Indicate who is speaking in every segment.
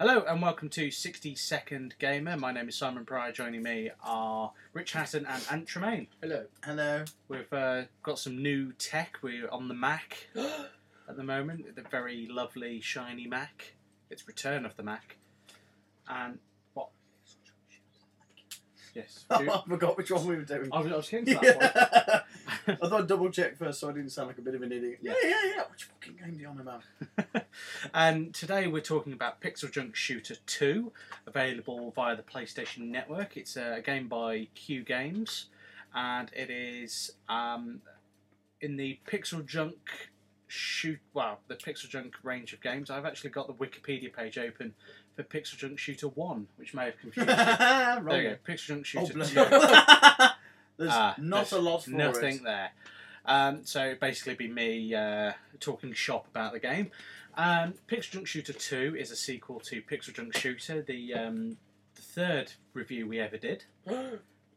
Speaker 1: Hello and welcome to 60 Second Gamer. My name is Simon Pryor. Joining me are Rich Hatton and Ant Tremaine.
Speaker 2: Hello.
Speaker 3: Hello.
Speaker 1: We've uh, got some new tech. We're on the Mac at the moment, the very lovely, shiny Mac. It's Return of the Mac. And what? Yes.
Speaker 3: Oh,
Speaker 1: do-
Speaker 3: I forgot which one we were doing.
Speaker 1: I was, I was getting to that point.
Speaker 3: Yeah. I thought I'd double check first so I didn't sound like a bit of an idiot.
Speaker 1: Yeah.
Speaker 3: Yeah, yeah, yeah. Which fucking game do you on about?
Speaker 1: and today we're talking about Pixel Junk Shooter 2, available via the PlayStation Network. It's a game by Q Games, and it is um, in the Pixel Junk shoot well the pixel junk range of games i've actually got the wikipedia page open for pixel junk shooter 1 which may have confused you there
Speaker 3: Wrong.
Speaker 1: you go pixel junk
Speaker 3: Oh,
Speaker 1: shooter 2
Speaker 3: bloody- There's
Speaker 1: Ah,
Speaker 3: not
Speaker 1: there's
Speaker 3: a lot for
Speaker 1: nothing
Speaker 3: it.
Speaker 1: there. Um, so it'd basically, be me uh, talking shop about the game. Um, Pixel Junk Shooter Two is a sequel to Pixel Junk Shooter, the, um, the third review we ever did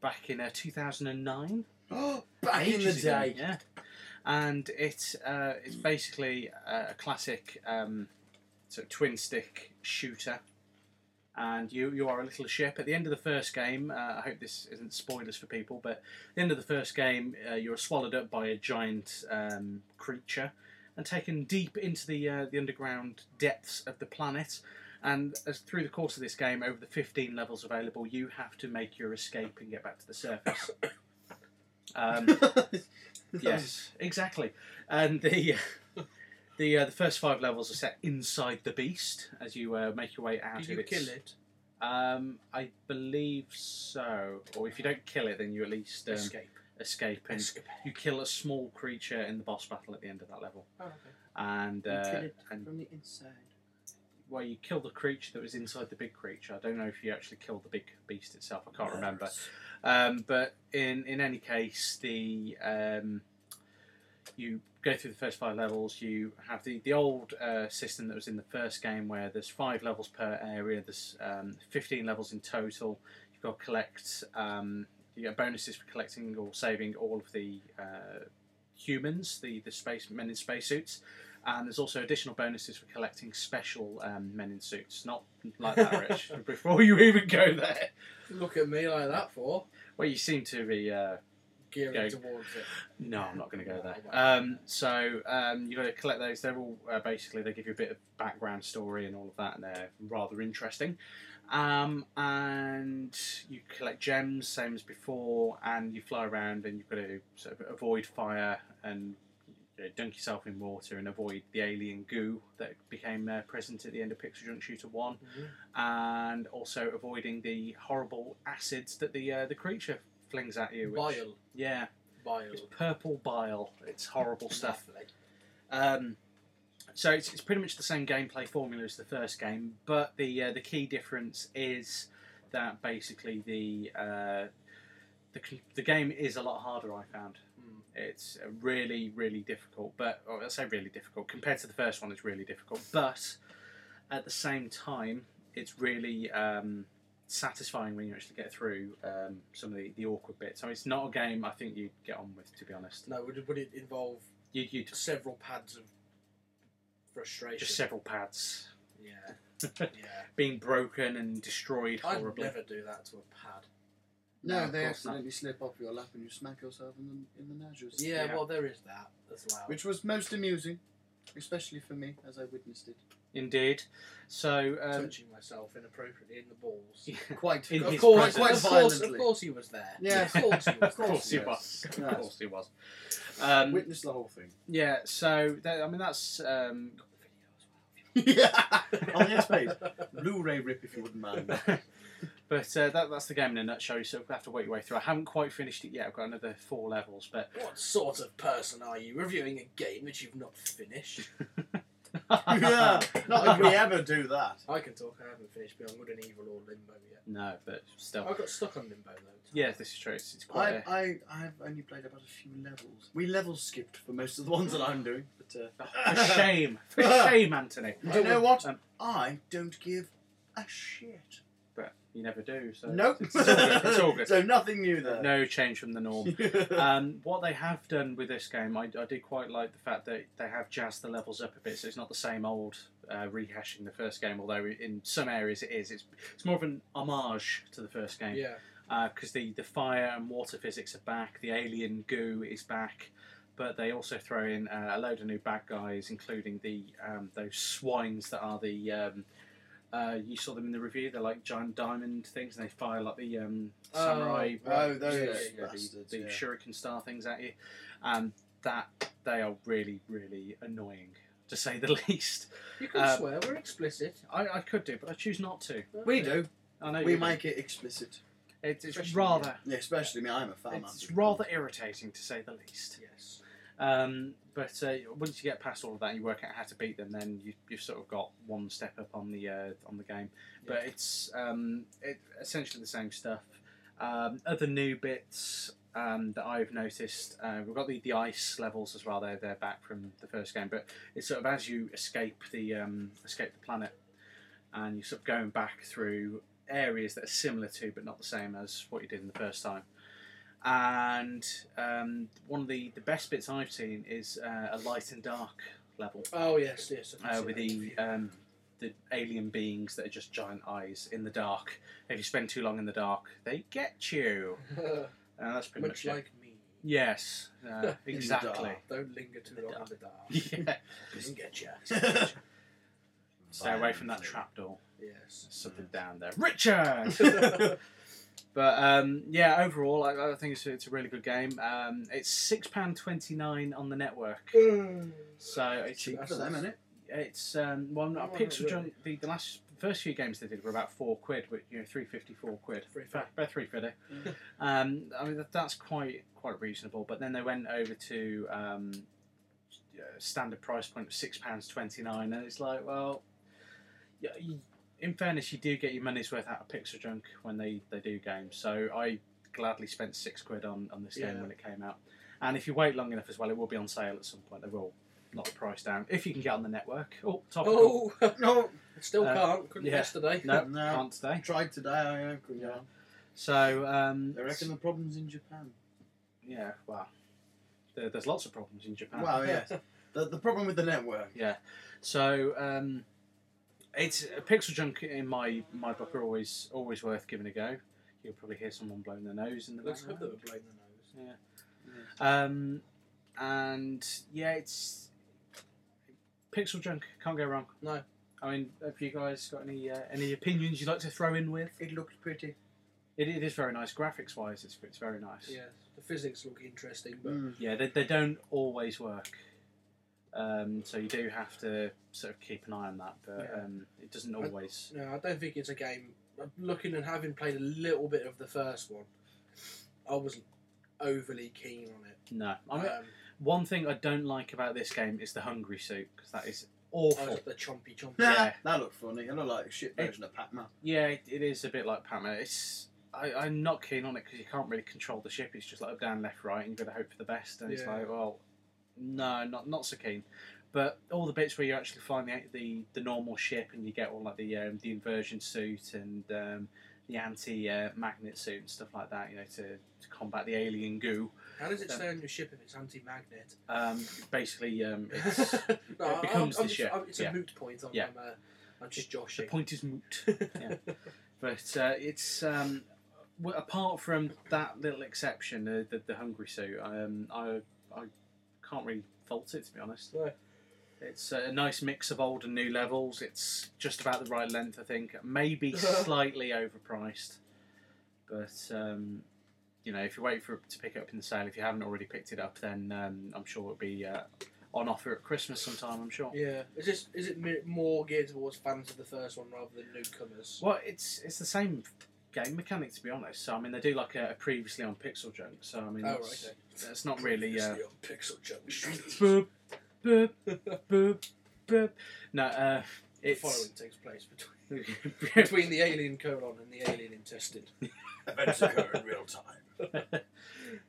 Speaker 1: back in uh, two thousand and nine.
Speaker 3: Back in the
Speaker 1: Ages ago,
Speaker 3: day.
Speaker 1: yeah. And it's uh, it's basically a classic um, sort of twin stick shooter, and you you are a little ship. At the end of the first game, uh, I hope this isn't spoilers for people, but at the end of the first game, uh, you're swallowed up by a giant um, creature and taken deep into the uh, the underground depths of the planet. And as through the course of this game, over the 15 levels available, you have to make your escape and get back to the surface. Um, Yes, exactly. And the the uh, the first five levels are set inside the beast as you uh, make your way out
Speaker 2: Did
Speaker 1: of
Speaker 2: you
Speaker 1: its-
Speaker 2: kill it?
Speaker 1: Um, I believe so. Or if you don't kill it, then you at least um, escape.
Speaker 2: Escape.
Speaker 1: and
Speaker 2: Escape.
Speaker 1: you kill a small creature in the boss battle at the end of that level.
Speaker 2: Oh, okay.
Speaker 1: And
Speaker 3: You
Speaker 1: uh,
Speaker 3: kill it
Speaker 1: and
Speaker 3: from the inside.
Speaker 1: well, you kill the creature that was inside the big creature. I don't know if you actually killed the big beast itself. I can't remember. Um, but in in any case, the um, you go through the first five levels. You have the the old uh, system that was in the first game, where there's five levels per area. There's um, fifteen levels in total. You've got to collect. Um, you get bonuses for collecting or saving all of the uh, humans, the the space men in spacesuits. And there's also additional bonuses for collecting special um, men in suits. Not like that, Rich. before you even go there,
Speaker 2: Look at me like that for
Speaker 1: well, you seem to be uh,
Speaker 2: gearing
Speaker 1: Go.
Speaker 2: towards it.
Speaker 1: No, I'm not going to go there.
Speaker 2: No, I won't.
Speaker 1: Um, so um, you got to collect those. They're all uh, basically they give you a bit of background story and all of that, and they're rather interesting. Um, and you collect gems, same as before, and you fly around, and you've got to sort of avoid fire and you know, dunk yourself in water and avoid the alien goo that became uh, present at the end of Pixel Junk Shooter One and also avoiding the horrible acids that the uh, the creature flings at you. Which,
Speaker 2: Bile.
Speaker 1: yeah,
Speaker 2: Bile.
Speaker 1: it's purple bile. It's horrible stuff. Um, so it's, it's pretty much the same gameplay formula as the first game, but the uh, the key difference is that basically the uh, the c- the game is a lot harder. I found
Speaker 2: Mm.
Speaker 1: it's uh, really really difficult, but or I say really difficult compared to the first one. It's really difficult, but at the same time, it's really um, satisfying when you actually get through um, some of the, the awkward bits. So it's not a game I think you'd get on with, to be honest.
Speaker 2: No, would it, would it involve
Speaker 1: You'd, you'd
Speaker 2: several pads of frustration?
Speaker 1: just several pads
Speaker 2: yeah. yeah.
Speaker 1: being broken and destroyed
Speaker 2: I'd
Speaker 1: horribly.
Speaker 2: never do that to a pad.
Speaker 1: No,
Speaker 3: No,
Speaker 1: of
Speaker 3: they
Speaker 1: course not.
Speaker 3: accidentally slip off your lap and you smack yourself in the, in the nodules.
Speaker 2: Yeah,
Speaker 1: Yeah.
Speaker 2: well, there is that as well.
Speaker 3: Which was most amusing, especially for me as I witnessed it.
Speaker 1: Indeed. So, um,
Speaker 2: Touching myself inappropriately in the balls.
Speaker 3: Quite.
Speaker 1: In
Speaker 2: of
Speaker 1: his
Speaker 2: course,
Speaker 1: presence.
Speaker 3: quite
Speaker 2: of course, of
Speaker 3: violently.
Speaker 2: course, he was there.
Speaker 3: Yeah.
Speaker 2: of course, he was.
Speaker 1: of course he
Speaker 3: yes.
Speaker 1: was. Of
Speaker 3: Yes.
Speaker 1: course he was. Um,
Speaker 3: Witness the whole thing.
Speaker 1: yeah. So that, I mean, that's um,
Speaker 3: Oh, yeah. On your space. Blu-ray rip, if you wouldn't mind.
Speaker 1: But uh, that, that's the game in a nutshell. So you have to work your way through. I haven't quite finished it yet. I've got another four levels, but
Speaker 2: What sort of person are you reviewing a game that you've not finished?
Speaker 4: yeah, not that we ever do that.
Speaker 2: I can talk. I haven't finished Beyond Good and Evil or Limbo yet.
Speaker 1: no, but still.
Speaker 2: I got stuck on Limbo though.
Speaker 1: Yeah, this is true. It's, it's quite.
Speaker 3: I,
Speaker 1: a-
Speaker 3: I, I've only played about a few levels. We level skipped for most of the ones that I'm doing, but uh,
Speaker 1: Oh, for shame, for shame, Anthony.
Speaker 3: you know what?
Speaker 1: Um,
Speaker 3: I don't give a shit.
Speaker 1: But you never do. So
Speaker 3: nope.
Speaker 1: It's, it's all good. It's all good.
Speaker 3: so nothing new there. Uh,
Speaker 1: No change from the norm. Um, what they have done with this game, I, I did quite like the fact that they have jazzed the levels up a bit, so it's not the same old uh, rehashing the first game. Although in some areas it is, it's it's more of an homage to the first game
Speaker 2: Yeah.
Speaker 1: because uh, the the fire and water physics are back, the alien goo is back, but they also throw in uh, a load of new bad guys, including the um, those swines that are the um, uh, you saw them in the review. They're like giant diamond things, and they fire like the um,
Speaker 2: Oh,
Speaker 1: samurai
Speaker 3: oh, those
Speaker 1: yeah, the-
Speaker 3: bastards,
Speaker 1: the,
Speaker 3: yeah.
Speaker 1: shuriken star things at you, and that they are really really annoying to say the least.
Speaker 2: You can
Speaker 1: Uh,
Speaker 2: swear. We're explicit.
Speaker 1: I, I could do, but I choose not to.
Speaker 3: we do.
Speaker 1: I know
Speaker 3: We
Speaker 1: you do.
Speaker 3: make it explicit.
Speaker 1: It's, it's
Speaker 2: Especially-
Speaker 1: rather
Speaker 3: Yeah, especially me. I'm a fan.
Speaker 1: it's rather irritating to say the least.
Speaker 2: Yes.
Speaker 1: Um, but uh, once you get past all of that, and you work out how to beat them. Then you, you've sort of got one step up on the uh, on the game. But it's um, it, essentially the same stuff. Um, other new bits um, that I've noticed, uh, we've got the, the ice levels as well. They're they're back from the first game, but it's sort of as you escape the um, escape the planet, and you're sort of going back through areas that are similar to but not the same as what you did in the first time. And um, one of the, the best bits I've seen is uh, a light and dark level
Speaker 2: Oh yes, yes. I can
Speaker 1: uh,
Speaker 2: see
Speaker 1: with
Speaker 2: that
Speaker 1: the
Speaker 2: review.
Speaker 1: um, the alien beings that are just giant eyes in the dark. If you spend too long in the dark, they get you. Uh, that's pretty
Speaker 2: Much
Speaker 1: much it.
Speaker 2: like me.
Speaker 1: Yes, uh, exactly.
Speaker 3: dark.
Speaker 2: Don't linger too
Speaker 1: The
Speaker 2: long
Speaker 1: dark.
Speaker 2: in the dark.
Speaker 1: yeah.
Speaker 2: Doesn't get you.
Speaker 1: Stay away from that trapdoor.
Speaker 2: Yes.
Speaker 1: Something down there. Richard! But um, yeah, overall, I, I think it's, it's a really good game. Um, it's six pound twenty nine on the network, so it's
Speaker 3: cheap for them, isn't it?
Speaker 1: it's um, well,
Speaker 2: Oh,
Speaker 1: I
Speaker 2: not
Speaker 1: Pixel
Speaker 2: really.
Speaker 1: Junk the, the last first few games they did were about four quid, which you know three fifty four quid,
Speaker 2: Three
Speaker 1: In fact, about three fifty. um, I mean that, that's quite quite reasonable. But then they went over to um, uh, standard price point of six pounds twenty nine, and it's like, well, yeah. You, in fairness, you do get your money's worth out of Pixel Junk when they, they do games. So I gladly spent six quid on, on this game
Speaker 2: Yeah.
Speaker 1: when it came out. And if you wait long enough as well, it will be on sale at some point. They will knock the price down if you can get on the network. Oh, topical.
Speaker 2: Oh,
Speaker 3: No,
Speaker 2: still
Speaker 1: Uh,
Speaker 2: can't. Couldn't
Speaker 1: yeah.
Speaker 2: yesterday.
Speaker 1: No,
Speaker 3: No.
Speaker 1: can't today.
Speaker 3: tried today. I know. couldn't
Speaker 1: Yeah.
Speaker 3: get on.
Speaker 1: So um,
Speaker 3: They reckon the problem's in Japan.
Speaker 1: yeah, well, there, there's lots of problems in Japan.
Speaker 3: Wow, yes. the, the problem with the network.
Speaker 1: So um, it's uh, pixel junk in my my book are always always worth giving a go. You'll probably hear someone blowing their nose in the
Speaker 2: Let's hope
Speaker 1: background.
Speaker 2: they were blowing the nose.
Speaker 1: Um, and yeah, it's pixel junk. Can't go wrong.
Speaker 2: No.
Speaker 1: I mean, have you guys got any uh, any opinions you'd like to throw in with?
Speaker 3: It looked pretty.
Speaker 1: It, it is very nice graphics wise. It's it's very nice.
Speaker 2: Yes, the physics look interesting, but
Speaker 3: Mm.
Speaker 1: Yeah, they, they don't always work. Um, so you do have to sort of keep an eye on that, but
Speaker 2: Yeah.
Speaker 1: um, it doesn't
Speaker 2: I-
Speaker 1: always.
Speaker 2: no, I don't think it's a game. Looking and having played a little bit of the first one, I wasn't overly keen on it.
Speaker 1: No, I mean,
Speaker 2: um,
Speaker 1: one thing I don't like about this game is the hungry soup because that is
Speaker 2: I
Speaker 1: awful.
Speaker 2: was the chompy chompy.
Speaker 1: Yeah.
Speaker 3: That looked funny. It looked like a shit version of Pac Man.
Speaker 1: Yeah, it, it is a bit like Pac-Man. It's I, I'm not keen on it because you can't really control the ship. It's just like up, down, left, right, and you've got to hope for the best. And it's
Speaker 2: Yeah.
Speaker 1: like, well, no, not not so keen. But all the bits where you actually find the the, the normal ship and you get all like the um, the inversion suit and um, the anti uh, magnet suit and stuff like that, you know, to, to combat the alien goo.
Speaker 2: How does it
Speaker 1: Um,
Speaker 2: stay on your ship if it's anti-magnet?
Speaker 1: Um, basically, um, it's,
Speaker 2: No, I-
Speaker 1: becomes
Speaker 2: I'm,
Speaker 1: the
Speaker 2: I'm just-
Speaker 1: ship,
Speaker 2: I'm- it's
Speaker 1: yeah.
Speaker 2: a moot point. I'm,
Speaker 1: Yeah.
Speaker 2: I'm, uh, I'm just
Speaker 1: the
Speaker 2: joshing.
Speaker 1: point is moot. But uh, it's um, w- apart from that little exception, the the, the hungry suit. Um, I I can't really fault it to be honest.
Speaker 2: No.
Speaker 1: It's a nice mix of old and new levels. It's just about the right length, I think. Maybe slightly overpriced, but um, you know, if you wait for it to pick it up in the sale, if you haven't already picked it up, then um, I'm sure it'll be uh, on offer at Christmas sometime. I'm sure.
Speaker 2: yeah, is this is it mi- more geared towards fans of the first one rather than newcomers?
Speaker 1: Well, it's it's the same game mechanic, to be honest. So I mean, they do like a, a previously on Pixel Junk. So I mean,
Speaker 2: Oh,
Speaker 1: that's,
Speaker 2: right,
Speaker 1: that's not really. Uh,
Speaker 2: Previously on Pixel Junction.
Speaker 1: boop, boop, boop, boop. No, uh,
Speaker 2: the
Speaker 1: it's
Speaker 2: following takes place between between the alien colon and the alien intestine.
Speaker 4: Events occur in real time.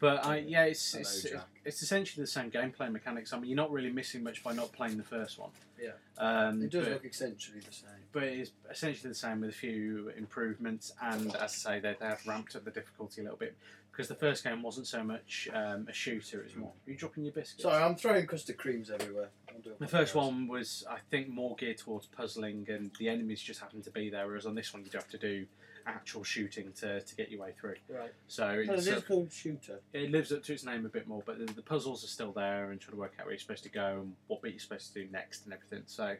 Speaker 1: But I, yeah, it's
Speaker 4: Hello,
Speaker 1: it's,
Speaker 4: Jack.
Speaker 1: it's essentially the same gameplay mechanics. I mean, you're not really missing much by not playing the first one.
Speaker 2: Yeah.
Speaker 1: Um,
Speaker 3: It does
Speaker 1: but,
Speaker 3: look essentially the same.
Speaker 1: but it's essentially the same with a few improvements, and as I say, they, they have ramped up the difficulty a little bit because the first game wasn't so much um, a shooter; it's more. Are you dropping your biscuits?
Speaker 3: Sorry, I'm throwing custard creams everywhere. I'll do
Speaker 1: The first
Speaker 3: apologise.
Speaker 1: one was, I think, more geared towards puzzling, and the enemies just happened to be there. Whereas on this one, you do have to do actual shooting to, to get your way through.
Speaker 2: Right.
Speaker 1: So
Speaker 3: No, it
Speaker 1: it's,
Speaker 3: is called shooter.
Speaker 1: it lives up to its name a bit more, but the, the puzzles are still there and trying to work out where you're supposed to go and what bit you're supposed to do next and everything. So,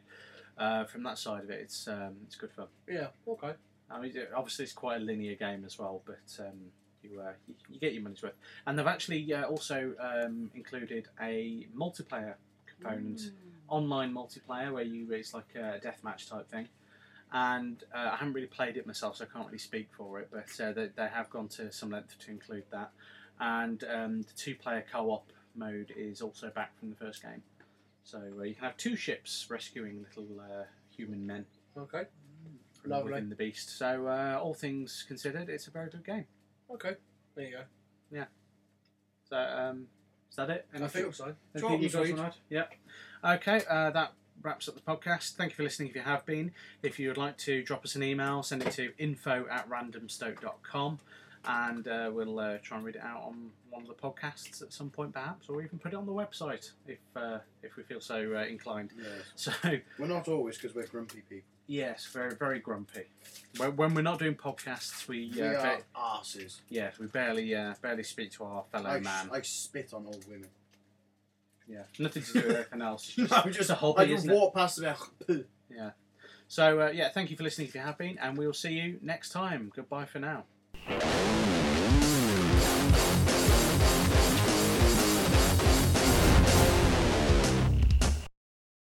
Speaker 1: uh, from that side of it, it's um, it's good fun.
Speaker 2: Yeah. Okay.
Speaker 1: I mean, it- obviously, it's quite a linear game as well, but um, you, uh, you you get your money's worth. And they've actually uh, also um, included a multiplayer component, online multiplayer, where you it's like a deathmatch type thing. And uh, I haven't really played it myself, so I can't really speak for it. But uh, they, they have gone to some length to include that. And um, the two-player co-op mode is also back from the first game, so uh, you can have two ships rescuing little uh, human men
Speaker 2: Okay.
Speaker 1: from
Speaker 2: Lovely.
Speaker 1: within the beast. So uh, all things considered, it's a very good game.
Speaker 2: Okay. There you go.
Speaker 1: So um, is that it?
Speaker 2: And I think so.
Speaker 1: Anything you
Speaker 3: Short and
Speaker 1: guys want to add? Yeah. Okay, uh, that wraps up the podcast. Thank you for listening if you have been. If you would like to drop us an email, send it to info at randomstoke.com and uh, we'll uh, try and read it out on one of the podcasts at some point perhaps or even put it on the website if uh, if we feel so uh, inclined.
Speaker 3: Yes.
Speaker 1: So
Speaker 3: We're not always because we're grumpy people.
Speaker 1: yes, very very grumpy. When, when we're not doing podcasts, we, uh,
Speaker 3: we are
Speaker 1: ba-
Speaker 3: arses.
Speaker 1: yeah we barely uh, barely speak to our fellow
Speaker 3: I,
Speaker 1: man.
Speaker 3: I spit on all women.
Speaker 1: Yeah, nothing to do with anything else. It's
Speaker 3: No,
Speaker 1: just, just a hobby,
Speaker 3: I just
Speaker 1: isn't it?
Speaker 3: walk past them. and
Speaker 1: Yeah. So uh, yeah, thank you for listening if you have been, and we will see you next time. Goodbye for now.
Speaker 3: poo.